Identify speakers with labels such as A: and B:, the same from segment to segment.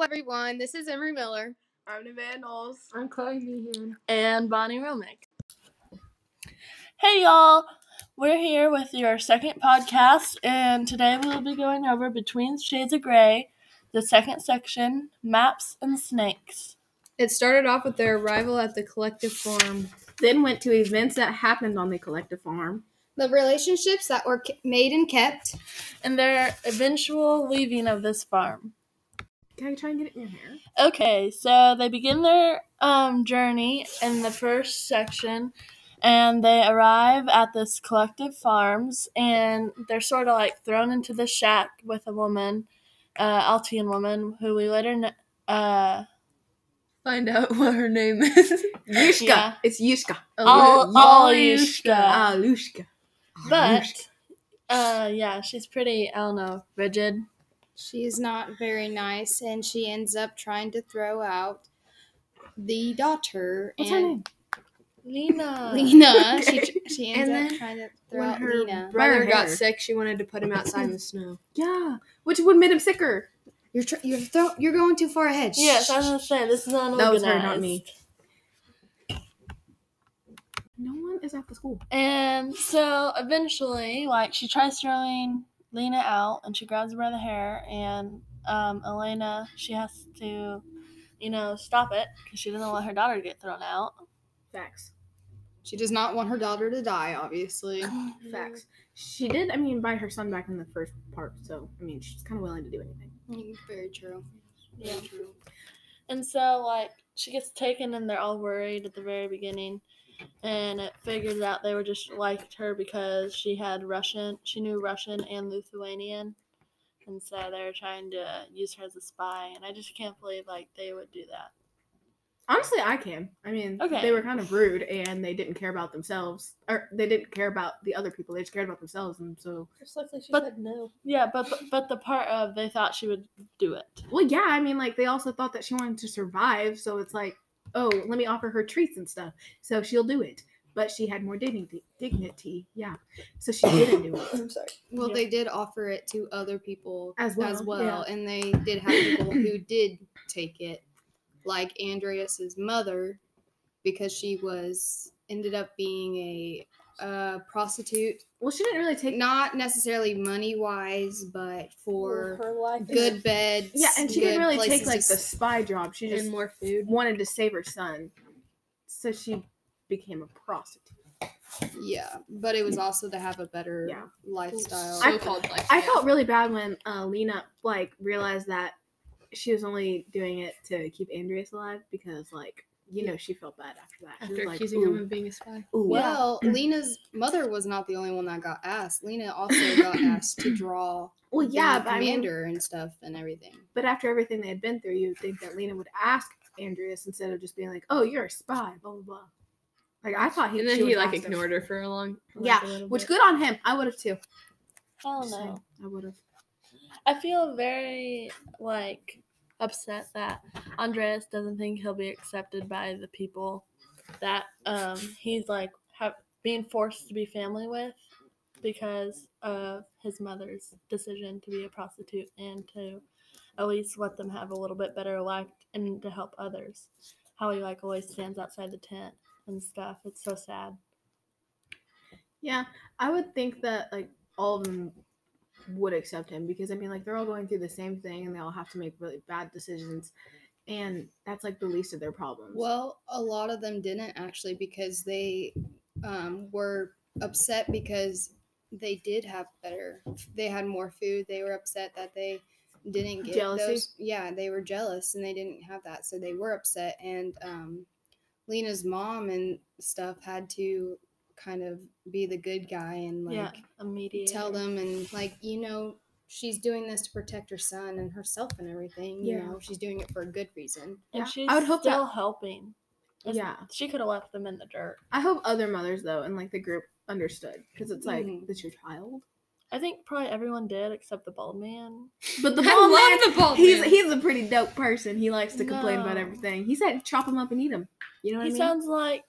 A: everyone. This is Emery Miller.
B: I'm Van Knowles.
C: I'm Chloe Meehan.
D: and Bonnie Romick.
E: Hey y'all, we're here with your second podcast, and today we'll be going over Between Shades of Grey, the second section, Maps and Snakes.
A: It started off with their arrival at the collective farm,
C: Then went to events that happened on the collective farm.
A: the relationships that were ke- made and kept,
E: And their eventual leaving of this farm.
C: Can I try and get it in your hair?
E: Okay, so they begin their um, journey in the first section, and they arrive at this collective farms, and they're sort of like thrown into the shack with a woman, uh, Altian woman, who we later kn- uh,
D: Find out what her name is.
C: Yushka.
E: Yeah.
C: It's Yushka.
E: Al-
C: Ah,
E: Alyushka.
C: Lushka.
E: But
C: Alyushka.
E: uh, yeah, she's pretty. I don't know, rigid.
A: She is not very nice, and she ends up trying to throw out the daughter
C: What's her
A: and
E: Lena.
A: Lena. She tr- she ends
C: And
A: up
C: then
A: trying to throw
C: when
A: out
C: her
A: Lena.
B: Brother
C: Brown
B: got
C: hair.
B: sick. She wanted to put him outside in the snow.
C: Yeah, which would made him sicker.
A: You're tr- you're throw- you're going too far ahead.
E: Yes, I was gonna say this is unorganized.
C: That was her, not me. No one is at the school.
E: And so eventually, like she tries throwing Lena out, and she grabs her by the hair, and um, Elena she has to, you know, stop it because she doesn't want her daughter to get thrown out.
C: Facts.
A: She does not want her daughter to die, obviously.
C: Facts. She did, I mean, buy her son back in the first part, so, I mean, she's kind of willing to do anything.
A: Very true.
E: Yeah. And so, like, she gets taken, and they're all worried at the very beginning. And it figures out they were just liked her because she had Russian, she knew Russian and Lithuanian. And so they were trying to use her as a spy. And I just can't believe, like, they would do that.
C: Honestly, I can. I mean,
E: Okay.
C: they were kind of rude and they didn't care about themselves, or they didn't care about the other people. They just cared about themselves, and so
D: Just luckily she
E: But-
D: said no.
E: Yeah, but, but but the part of they thought she would do it.
C: well, yeah. I mean, like they also thought that she wanted to survive, so it's like, oh, let me offer her treats and stuff, so she'll do it. But she had more dignity, dignity, yeah. So she didn't do it.
D: I'm sorry.
A: Well,
C: Yeah.
A: they did offer it to other people
C: As well,
A: and they did have people who did take it, like Andreas's mother, because she was ended up being a uh, prostitute,
C: Well, she didn't really take.
A: not necessarily money wise, but for
D: her life.
A: good beds.
C: yeah, and she didn't
A: good
C: really
A: places
C: take
A: to
C: like the
A: s-
C: spy job. She just
B: And more food.
C: wanted to save her son, so she became a prostitute.
A: Yeah, but it was also to have a better
C: Yeah.
A: lifestyle.
C: I-
B: So-called life.
C: I felt really bad when uh, Lena like realized that she was only doing it to keep Andreas alive because like you know she felt bad after that. She was
B: after
C: like,
B: accusing
C: "Ooh,
B: him of being a spy.
C: ooh,
A: well, Lena's mother was not the only one that got asked. Lena also got asked to draw
C: well, yeah,
A: the
C: but I mean-
A: commander and stuff and everything.
C: but after everything they had been through, you'd think that Lena would ask Andreas instead of just being like, "Oh, you're a spy," blah blah blah. Like I thought he
B: And then
C: she
B: he
C: would've
B: like
C: asked him.
B: ignored her for a long. like,
C: Yeah,
B: a little
C: which
B: bit.
C: good on him. I would have too.
E: I don't
C: Just saying,
E: know.
C: I would have.
E: I feel very like upset that Andreas doesn't think he'll be accepted by the people that um he's like have being forced to be family with because of his mother's decision to be a prostitute and to at least let them have a little bit better life and to help others. How he like always stands outside the tent and stuff. It's so sad.
C: Yeah, I would think that like all of them would accept him because I mean like they're all going through the same thing and they all have to make really bad decisions and that's like the least of their problems.
A: Well, a lot of them didn't actually because they um, were upset because they did have better, they had more food. They were upset that they didn't get
C: Jealousy?
A: those. Yeah, they were jealous and they didn't have that, so they were upset. And um, Lena's mom and stuff had to kind of be the good guy and like
E: yeah, immediately.
A: tell them and like you know she's doing this to protect her son and herself and everything. You
C: Yeah.
A: know she's doing it for a good reason.
C: Yeah,
E: and she's
C: I would hope that-
E: still helping. It's-
C: yeah.
E: She could have left them in the dirt.
C: I hope other mothers though and like the group understood because it's like
A: Mhm.
C: that's your child.
E: I think probably everyone did except the bald man.
C: But the
B: I
C: bald man,
B: love the bald
C: he's
B: man.
C: he's a pretty dope person. He likes to complain about
E: No.
C: everything. He said chop him up and eat him. You know what
E: he
C: I mean?
E: sounds like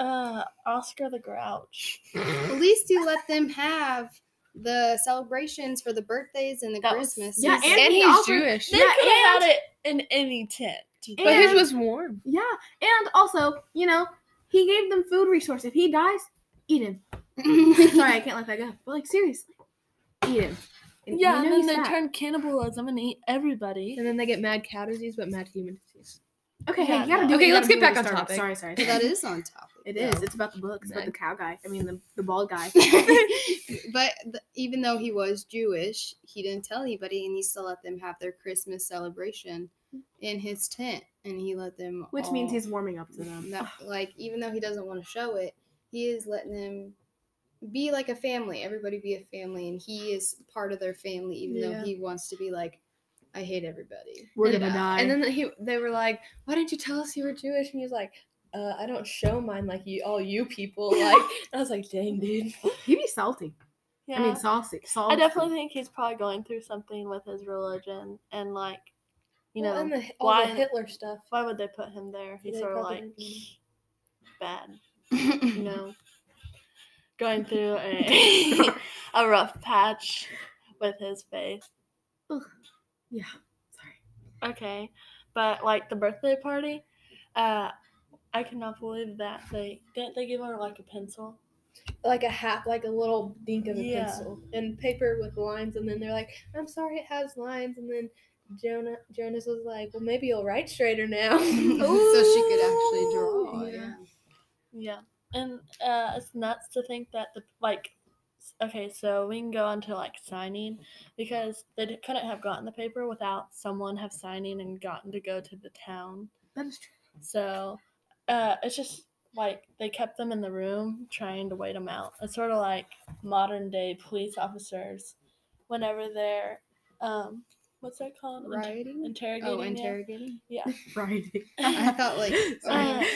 E: uh, Oscar the Grouch.
A: At least you let them have the celebrations for the birthdays and the
E: That was-
A: Christmas.
C: Yeah,
A: is-
C: and he
F: he's
C: offered-
F: Jewish.
E: They
C: Yeah,
E: could have
C: and-
E: had it in any tent.
F: But his
C: And-
F: was warm.
C: Yeah, and also, you know, he gave them food resource. If he dies, eat him. Sorry, I can't let that go. But like seriously, eat him. And you know
E: yeah, and then
C: he's
E: they
C: fat.
E: turn cannibalism and eat everybody.
F: And then they get mad cow disease, but mad human disease.
C: Okay, hey,
E: Yeah,
C: you gotta do.
E: no.
C: what
F: Okay,
C: you
F: let's
C: gotta
F: get
C: do
F: back
C: to
F: on
C: Starbucks.
F: topic.
C: Sorry, sorry.
A: Well, that is on topic.
C: It
A: though.
C: is. It's about the book. It's about the
F: Mad.
C: cow guy. I mean, the, the bald guy.
A: but th- even though he was Jewish, he didn't tell anybody, and he still let them have their Christmas celebration in his tent, and he let them.
C: Which means
A: all-
C: he's warming up to them.
A: that, like even though he doesn't want to show it, he is letting them be like a family. Everybody be a family, and he is part of their family, even
F: Yeah.
A: though he wants to be like, I hate everybody.
C: We're
F: And- uh,
C: gonna die.
F: And then he, they were like, "Why didn't you tell us you were Jewish?" And he was like, uh, "I don't show mine like you, all you people." Like, I was like, "Dang, dude."
C: He'd be salty.
E: Yeah.
C: I mean, saucy. Salty.
E: I definitely think he's probably going through something with his religion and like, you
F: Well,
E: know,
F: and the, all
E: why-
F: the Hitler stuff.
E: why would they put him there? He's
F: They
E: sort of
F: probably
E: like
F: didn't-
E: bad, you know, going through a a rough patch with his faith.
C: Yeah. Sorry.
E: Okay, but like the birthday party, uh, I cannot believe that they didn't they give her like a pencil.
F: like a hat, like a little dink of a
E: Yeah.
F: pencil and paper with lines, and then they're like, "I'm sorry, it has lines," and then Jonah Jonas was like, "Well, maybe you'll write straighter now."
A: so she could actually draw.
F: Ooh,
A: yeah.
F: yeah.
E: Yeah, and uh, it's nuts to think that the like, s- okay, so we can go on to like signing because they d- couldn't have gotten the paper without someone have signing and gotten to go to the town.
C: That is true.
E: So, uh, it's just like they kept them in the room trying to wait them out. It's sort of like modern day police officers, whenever they're, um, what's that called? Inter-
A: Rioting.
E: interrogating.
A: Oh,
E: you?
A: interrogating.
C: Friday.
A: I thought like
E: Uh,
A: sorry.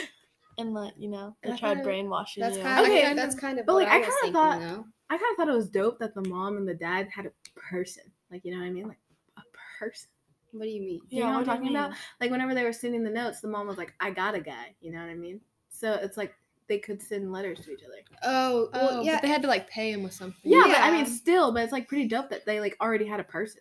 E: and like you know, they
F: I
E: tried
F: thought-
E: brainwashing
A: that's
E: you.
A: kind of
C: Okay,
A: okay, that's kind of
C: but,
A: what
C: like,
A: I,
C: I
A: was
C: kinda
A: thinking
C: thought-
A: though.
C: I kind of thought it was dope that the mom and the dad had a person. Like, you know what I mean? Like, a person.
A: What do you mean?
C: You
E: yeah,
C: know
E: we're
C: what I'm
E: talking
C: talking
E: about.
C: about? Like, whenever they were sending the notes, the mom was like, I got a guy. You know what I mean? So it's like they could send letters to each other.
A: Oh,
F: Oh,
A: well, yeah,
F: but they had to like pay him with something.
C: Yeah, but I
A: Yeah.
C: mean, still, but it's like pretty dope that they like already had a person.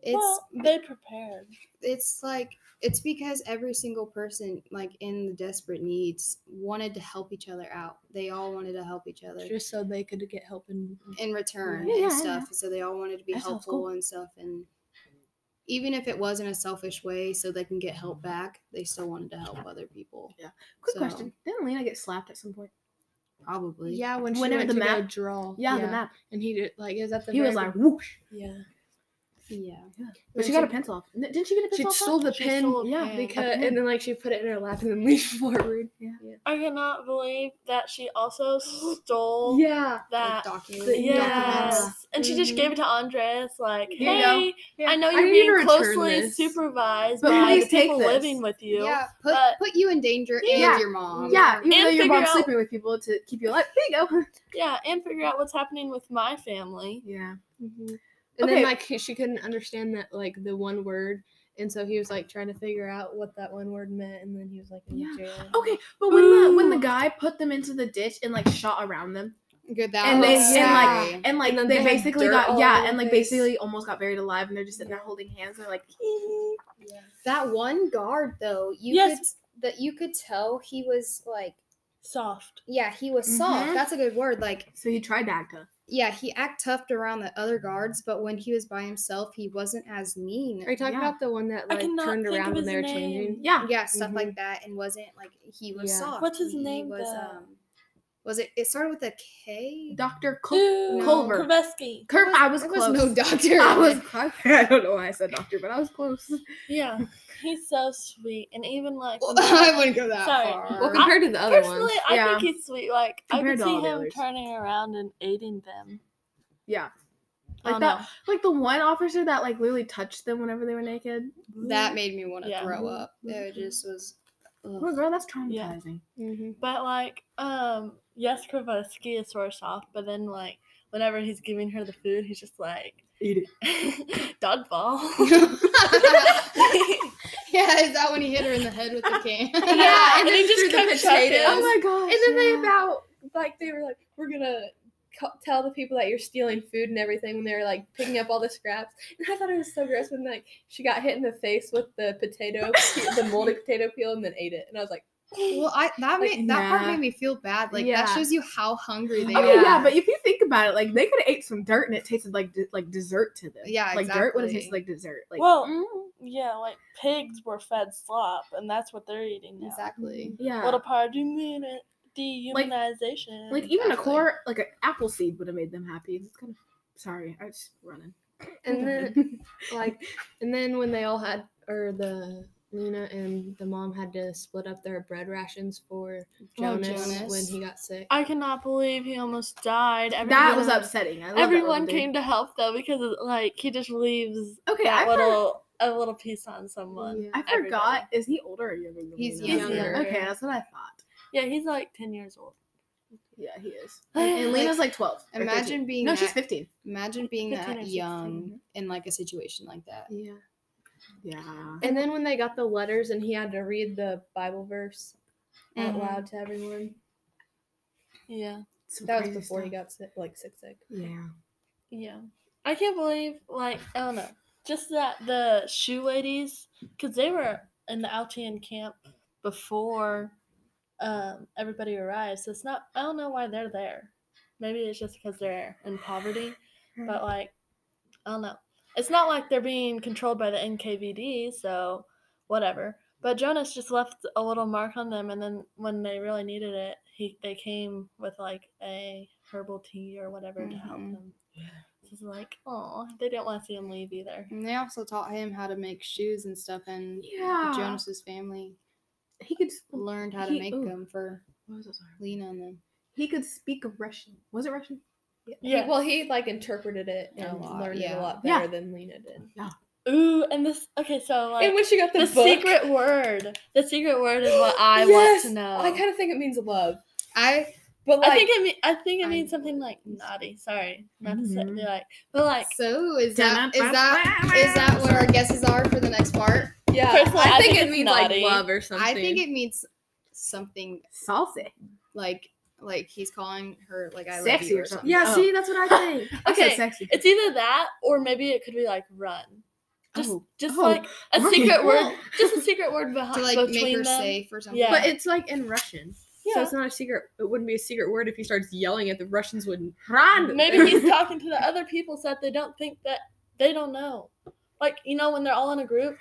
A: it's
E: well, they prepared.
A: it's like it's because every single person like in the desperate needs wanted to help each other out they all wanted to help each other
F: just so they could get help and
A: in return
C: Yeah,
A: and
C: yeah,
A: stuff so they all wanted to be
C: That sounds
A: helpful
C: cool.
A: and stuff and even if it wasn't a selfish way so they can get help back they still wanted to help other people
C: Quick
A: So-
C: question: Didn't Lena get slapped at some point?
A: probably
F: yeah, when she
C: Whenever
F: went
C: the
F: to go
C: map-
F: draw,
C: Yeah, the map.
F: and he did like is that the
C: He was
F: very-
C: like, whoosh.
F: yeah,
A: yeah
C: But she got a pencil off. N- Didn't she get a
F: She
C: pencil off?
F: stole the
E: She
F: pen
E: stole a
C: yeah,
E: pen.
F: because,
C: pen.
F: and then like she put it in her lap and then leaned forward.
E: I cannot believe that she also stole
F: Yeah,
A: Like,
E: that.
A: document
F: the-
E: Yes, and she just
F: Mhm.
E: gave it to Andres. Like,
F: Here you go.
E: hey, I know you're
F: need to
E: being
F: return
E: closely
F: this.
E: supervised
C: But
E: by the
C: please take
E: people
C: this.
E: living with you.
A: yeah put,
E: but-
A: put you in danger
C: Yeah.
A: and your mom
C: Yeah, even
E: And
C: though your
E: figure
C: mom's
E: out-
C: sleeping with people to keep you alive. There you go.
E: Yeah, and figure out what's happening with my family.
C: Yeah.
F: mm-hmm. and
C: Okay.
F: then like he- she couldn't understand that like the one word, and so he was like trying to figure out what that one word meant, and then he was like in
C: Yeah.
F: jail.
C: Okay, but when the when the
E: Ooh.
C: guy put them into the ditch and like shot around them,
A: good that
C: and they
A: was
C: and
A: scary.
C: like and like
F: And then
C: they,
F: they had
C: basically
F: dirt
C: got
F: all
C: yeah
F: over
C: and
F: their
C: like
F: face.
C: basically almost got buried alive and they're just sitting there holding hands. They're like,
A: That one guard though, you
E: Yes.
A: could that you could tell he was like
E: Soft.
A: yeah, he was soft.
C: Mhm.
A: That's a good word. Like
C: so he tried to act tough.
A: yeah, he act tough around the other guards, but when he was by himself, he wasn't as mean.
F: Are you talking
C: Yeah.
F: about the one that
E: I
F: like
E: cannot
F: turned
E: think of
F: around when
E: his
F: they were
E: name.
F: changing?
C: Yeah,
A: Yeah, stuff
F: Mhm.
A: like that, and wasn't like he was
F: Yeah.
A: soft.
E: What's his
A: He- he
E: name,
A: was,
E: though?
A: um, was it? It started with a K.
C: Doctor Col-
E: Ooh,
C: Culver.
E: Krivetsky.
C: Kirk. I was
A: there
C: close.
A: was no doctor.
C: I was close. I don't know why I said doctor, but I was close.
E: Yeah, he's so sweet, and even like. when they-
A: I wouldn't go that
E: Sorry.
A: far.
F: Well, compared to the other
E: Personally,
F: ones,
E: I
C: Um, yeah.
E: think he's sweet. Like
C: Compared to
E: I could see
C: all the
E: him
C: others.
E: turning around and aiding them. Um,
C: Yeah.
E: I
C: Like
E: don't
C: that
E: know.
C: like the one officer that like literally touched them whenever they were naked.
A: that made me want to
E: Yeah.
A: throw up. It just was.
C: Oh
A: ugh.
C: girl, that's
E: Yeah. Mm-hmm.
C: traumatizing.
F: Mhm.
E: But like, um, yes, Krivetsky is sort of soft, but then like, whenever he's giving her the food, he's just like,
C: Eat it.
E: dodgeball.
A: yeah, is that when he hit her in the head with the can?
E: Yeah, and
F: then
E: he just
F: threw
E: kept chucking.
C: Oh my gosh.
F: And then they
C: yeah.
F: about like they were like, we're gonna ca- tell the people that you're stealing food and everything when they're like picking up all the scraps. And I thought it was so gross when like she got hit in the face with the potato, pe- the molded potato peel, and then ate it. And I was like,
A: Well, I that
C: Like,
A: made, that part
C: nah.
A: made me feel bad. Like that
C: Yeah.
A: shows you how hungry they
C: I
A: are.
C: mean, Oh, yeah, but if you think about it, like they could have ate some dirt and it tasted like de- like dessert to them.
A: Yeah,
C: like dirt would have tasted
A: exactly.
C: like dessert. Like mm,
E: well, yeah, like pigs were fed slop, and that's what they're eating now.
A: Exactly.
C: yeah,
E: What a part of dehuman- dehumanization.
C: like even a
A: Exactly.
C: core like an apple seed would have made them happy. It's kind of sorry, I just running.
F: and then like, and then when they all had or the Luna and the mom had to split up their bread rations for
A: Oh,
F: Jonas,
A: Jonas.
F: when he got sick.
E: I cannot believe he almost died.
C: that was
E: Everyone-
C: upsetting. I love that
E: Everyone
C: little dude.
E: came to help though because like he just leaves
C: Okay,
E: that
C: I, for-
E: little a little piece on someone.
C: I forgot. Is he older or younger? Than
A: He's
C: Lena?
E: younger.
C: Okay, that's what I thought.
E: Yeah, he's like ten years old.
C: Yeah, he is. And, and Lena's like twelve.
A: Mm-hmm.
C: or 13.
A: Imagine being
C: no,
A: that,
C: she's fifteen.
A: imagine being
E: 15 or
A: that
E: 16,
A: young in like a situation like that.
F: Yeah.
C: Yeah.
F: And then when they got the letters and he had to read the Bible verse out
A: Mhm.
F: loud to everyone,
E: Yeah,
C: Some
F: that was
C: crazy
F: before he
C: stuff.
F: got sick, like sick sick.
C: Yeah.
E: yeah. I can't believe like I don't know, just that the shoe ladies because they were in the Altian camp before um, everybody arrived. So it's not I don't know why they're there. Maybe it's just because they're in poverty, but like I don't know. It's not like they're being controlled by the NKVD, so whatever. But Jonas just left a little mark on them, and then when they really needed it, he they came with like a herbal tea or whatever to help
A: Mhm.
E: them. Yeah. It's like, oh, they didn't want to see him leave either.
A: And they also taught him how to make shoes and stuff, and
C: Yeah.
A: Jonas's family
C: He could. sp- What
A: learned how to
C: He-
A: make
C: ooh.
A: them for
C: was that? sorry?
A: Lena and them.
C: He could speak Russian. Was it Russian?
E: Yeah.
F: well, he like interpreted it
A: A
F: and
A: lot,
F: learned it
A: yeah.
F: a lot
C: Yeah.
F: better than Lena did.
E: Ooh, and this. Okay, so like
F: and when she got the,
E: the
F: book-
E: secret word. The secret word is what I want
F: Yes!
E: to know.
F: I kind of think it means love,
A: I
F: but like
E: I think it mean, I think it
A: I
E: means something like naughty. Sorry, not to say, be like, but like
A: so is that is that is that what our guesses are for the next part?
F: yeah,
E: personally,
F: I,
E: I
F: think,
E: think
F: it
E: it's
F: means
E: naughty.
F: like love or something.
A: I think it means something
C: Salsa.
A: like like he's calling her like I love
C: Sexy
A: you
C: or something.
A: Oh.
C: that's what I think. I said
E: Okay,
C: sexy.
E: it's either that or maybe it could be like run. Just
C: Oh.
E: just
C: Oh,
E: like a
C: right.
E: secret word,
C: Well-
E: just a secret word behind
A: to like
E: between
A: make her
E: them.
A: safe or something.
E: Yeah.
F: but it's like in Russian, so
E: Yeah.
F: it's not a secret. It wouldn't be a secret word if he starts yelling at the Russians. Wouldn't
C: Ron.
E: Maybe he's talking to the other people so that they don't think that they don't know. Like you know when they're all in a group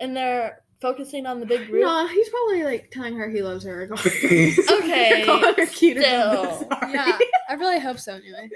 E: and they're focusing on the big group.
C: No, he's probably like telling her he loves her.
E: Okay,
C: Calling her cute.
E: still.
F: yeah, I really hope so. Anyway,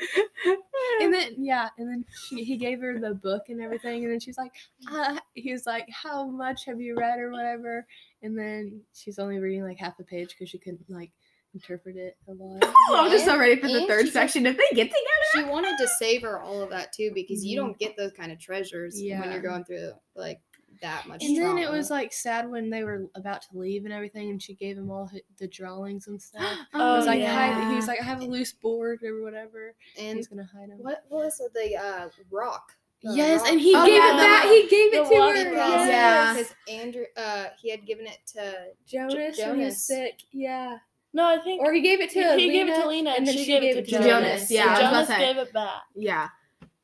C: Oh,
F: and then yeah, and then she, he gave her the book and everything, and then she's like, uh, he was like, how much have you read or whatever, and then she's only reading like half a page because she couldn't like interpret it a lot.
C: I'm just so ready for the
A: And
C: third
A: she just-
C: section. If they get together.
A: She wanted to savor all of that too because you
F: Mhm.
A: don't get those kind of treasures when
F: Yeah.
A: you're going through like that much.
F: And then it was
A: trauma.
F: like sad when they were about to leave and everything, and she gave him all hi- the drawings and stuff.
E: Oh,
F: He was like,
E: yeah.
F: hide, he was like, I have a loose board or whatever. And
A: and
F: he's gonna hide him.
A: what was the uh rock? The
F: Yes,
A: rock
F: and he
A: Oh,
F: gave
E: yeah,
F: it
E: the-
F: back. He gave it
E: the
F: to
E: walking
F: her.
A: because-
C: Yeah.
A: because Andrew uh he had given it to
F: Jonas,
A: Jo-
F: when he
A: Jonas.
F: was sick. Yeah,
E: No, I think
F: or he gave it to
E: he, he gave it to
F: Lena,
E: Lena and,
F: and then
E: she,
F: she
E: gave
F: gave
E: it to Jonas.
C: Jonas, yeah, I was about
E: Jonas
C: to say.
E: gave it back.
C: Yeah.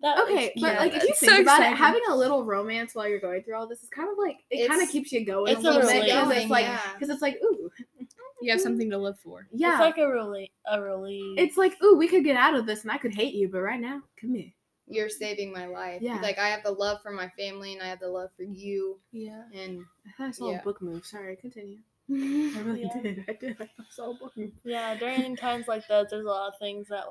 E: That was-
C: Okay, but
F: yeah,
C: like if you
F: that's
C: think
F: so
C: about
F: exciting.
C: it, having a little romance while you're going through all this is kind of like it kind of
A: It's-
C: keeps you going
E: it's
C: a little
E: a
C: bit because
A: relief.
C: it's like
A: Yeah.
C: because it's like ooh
F: You have something to live for.
C: yeah
E: it's like a relief. A relief.
C: It's like, ooh, we could get out of this and I could hate you, but right now, come here.
A: you're
F: Mm-hmm.
A: saving my life.
C: Yeah.
A: Like I have the love for my family and I have the love for you
F: Yeah.
A: and
C: I thought I saw
A: Yeah.
C: a book move. Sorry, continue.
A: yeah.
C: I really
E: Yeah.
C: did. I did. I saw a book move.
E: yeah, during times like those, there's a lot of things that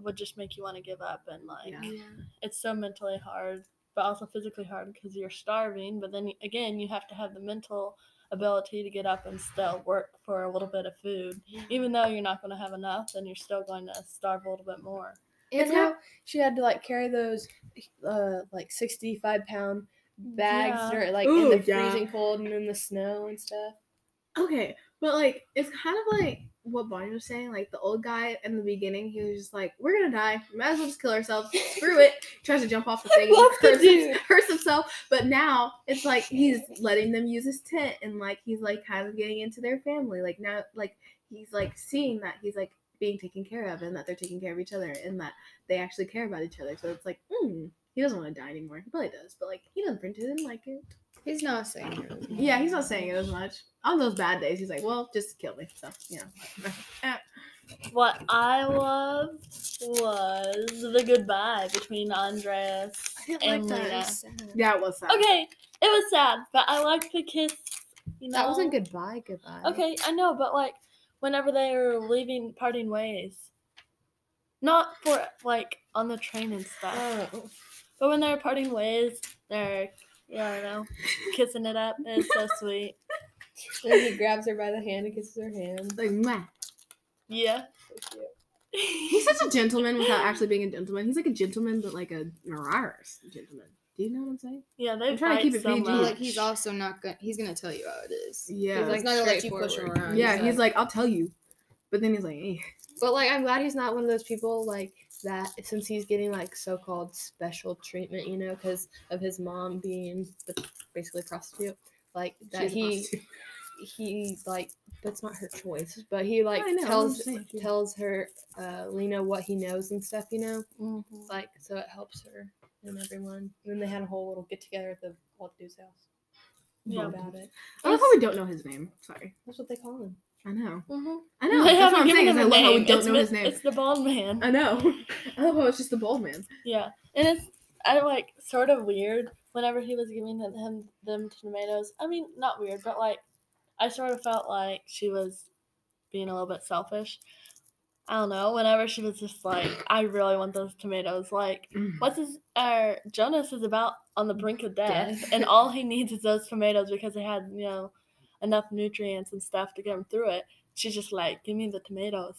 E: would just make you want to give up, and like
C: Yeah.
E: it's so mentally hard, but also physically hard because you're starving. But then again, you have to have the mental ability to get up and still work for a little bit of food, even though you're not going to have enough, then you're still going to starve a little bit more.
F: And
C: Yeah.
F: how she had to like carry those uh like sixty five pound bags
E: Yeah.
F: during like
C: Ooh,
F: in the
C: yeah.
F: freezing cold and in the snow and stuff.
C: Okay, but like, it's kind of like what Bonnie was saying. Like, the old guy in the beginning, he was just like, we're gonna die. Might as well just kill ourselves. Screw it. Tries to jump off the thing
F: love the
C: and hurts,
F: dude.
C: him- hurts himself. But now it's like he's letting them use his tent and like he's like kind of getting into their family. Like, now, like, he's like seeing that. He's like, being taken care of and that they're taking care of each other and that they actually care about each other. So it's like, mm, he doesn't want to die anymore. He probably does, but like he doesn't print it and like it.
A: He's not saying it was
C: Yeah, he's not saying it as much. On those bad days, he's like, well, just kill me. So you know, whatever. Eh.
E: What I loved was the goodbye between Andres
D: I didn't
E: and
D: like that. It
E: Lena.
D: was sad.
C: yeah, it was sad.
E: Okay, it was sad, but I liked the kiss. You know?
A: That wasn't goodbye, goodbye.
E: Okay, I know, but like whenever they were leaving, parting ways, not for like on the train and stuff,
C: Oh.
E: but when they were parting ways, they're yeah, I know, kissing it up. It's so sweet.
F: Then he grabs her by the hand and kisses her hand.
C: Like, meh.
E: Yeah.
C: He's such a gentleman without actually being a gentleman. He's like a gentleman, but like a Nararis gentleman. Do you know what I'm saying?
E: yeah, they
C: I'm trying to
E: fight
C: keep it
E: so
C: PG.
E: much.
A: Like he's also not gonna. He's gonna tell you how it is.
C: Yeah.
A: He's like not gonna let you push him
D: straightforward.
A: around.
C: yeah, he's like, I'll tell you. But then he's like, eh.
F: But like, I'm glad he's not one of those people like that, since he's getting like so-called special treatment, you know, because of his mom being b- basically a prostitute. Like that
C: She's a
F: he
C: prostitute.
F: he like that's not her choice, but he like
C: I know, I'm
F: tells
C: just saying.
F: tells her uh Lena what he knows and stuff, you know.
E: Mhm.
F: Like so it helps her and everyone. And then they had a whole little get together at the old dude's house.
E: Yeah.
F: about it.
C: I love how we don't know his name. Sorry.
F: That's what they call him.
C: I know.
E: Mhm.
C: I know.
E: They
C: That's
E: haven't
C: what I'm
E: given
C: saying. Is
E: him a
C: I love how we
E: name.
C: don't
E: It's
C: know
E: the-
C: his name.
E: It's the bald man.
C: I know. I love how it's just the bald man.
E: Yeah, and it's I like sort of weird whenever he was giving them him, them tomatoes. I mean, not weird, but like I sort of felt like she was being a little bit selfish. I don't know. Whenever she was just like, "I really want those tomatoes," like
C: Mm.
E: what's his? Uh, Jonas is about on the brink of death,
F: Death.
E: and all he needs is those tomatoes because they had you know enough nutrients and stuff to get him through it. She's just like, "Give me the tomatoes.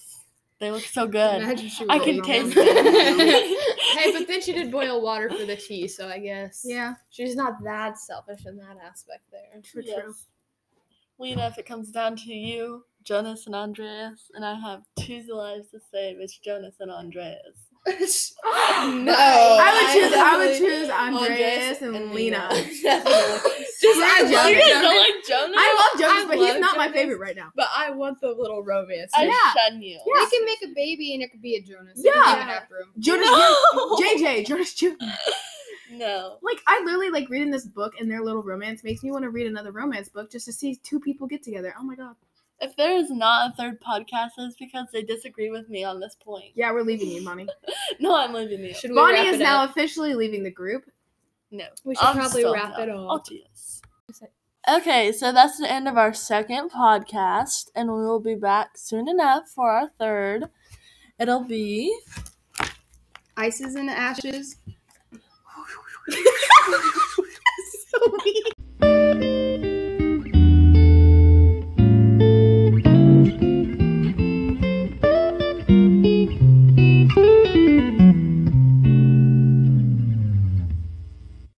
E: They look so good.
A: Imagine she
E: I
A: was
E: can
A: like-
E: taste
A: it.
F: hey, but then she did boil water for the tea, so I guess
C: Yeah.
F: she's not that selfish in that aspect there.
C: True,
E: Yes.
C: true.
E: Lena, if it comes down to you, Jonas and Andreas, and I have two lives to save, it's Jonas and Andreas.
A: no,
C: I would choose. I would
A: definitely-
C: choose Andreas and, Lena.
A: Definitely.
C: Just I love
A: You guys
C: Jonas.
E: like Jonas?
C: I love Jonas,
F: I
C: but he's
F: love
C: not my
F: Jonas.
C: favorite right now.
F: But I want the little romance.
E: I
C: Yeah.
E: shun you.
A: We can make a baby and it could be a Jonas. It could
C: Yeah.
A: be a half room.
C: Jonas,
E: No.
C: JJ, Jonas Jr.
E: No.
C: Like I literally like reading this book and their little romance makes me want to read another romance book just to see two people get together. Oh my god.
E: If there is not a third podcast, it's because they disagree with me on this point.
C: Yeah, we're leaving you, Bonnie.
E: No, I'm leaving you.
F: Should we
C: Bonnie
F: wrap
C: is
F: it
C: now
F: up?
C: officially leaving the group.
E: No.
F: We should
E: I'm
F: probably
E: still
F: wrap
E: done.
F: it
E: Oh,
F: all.
E: jeez.
F: Is it-
E: Okay, so that's the end of our second podcast, and we will be back soon enough for our third. It'll be
A: Ices and ashes.
C: So we-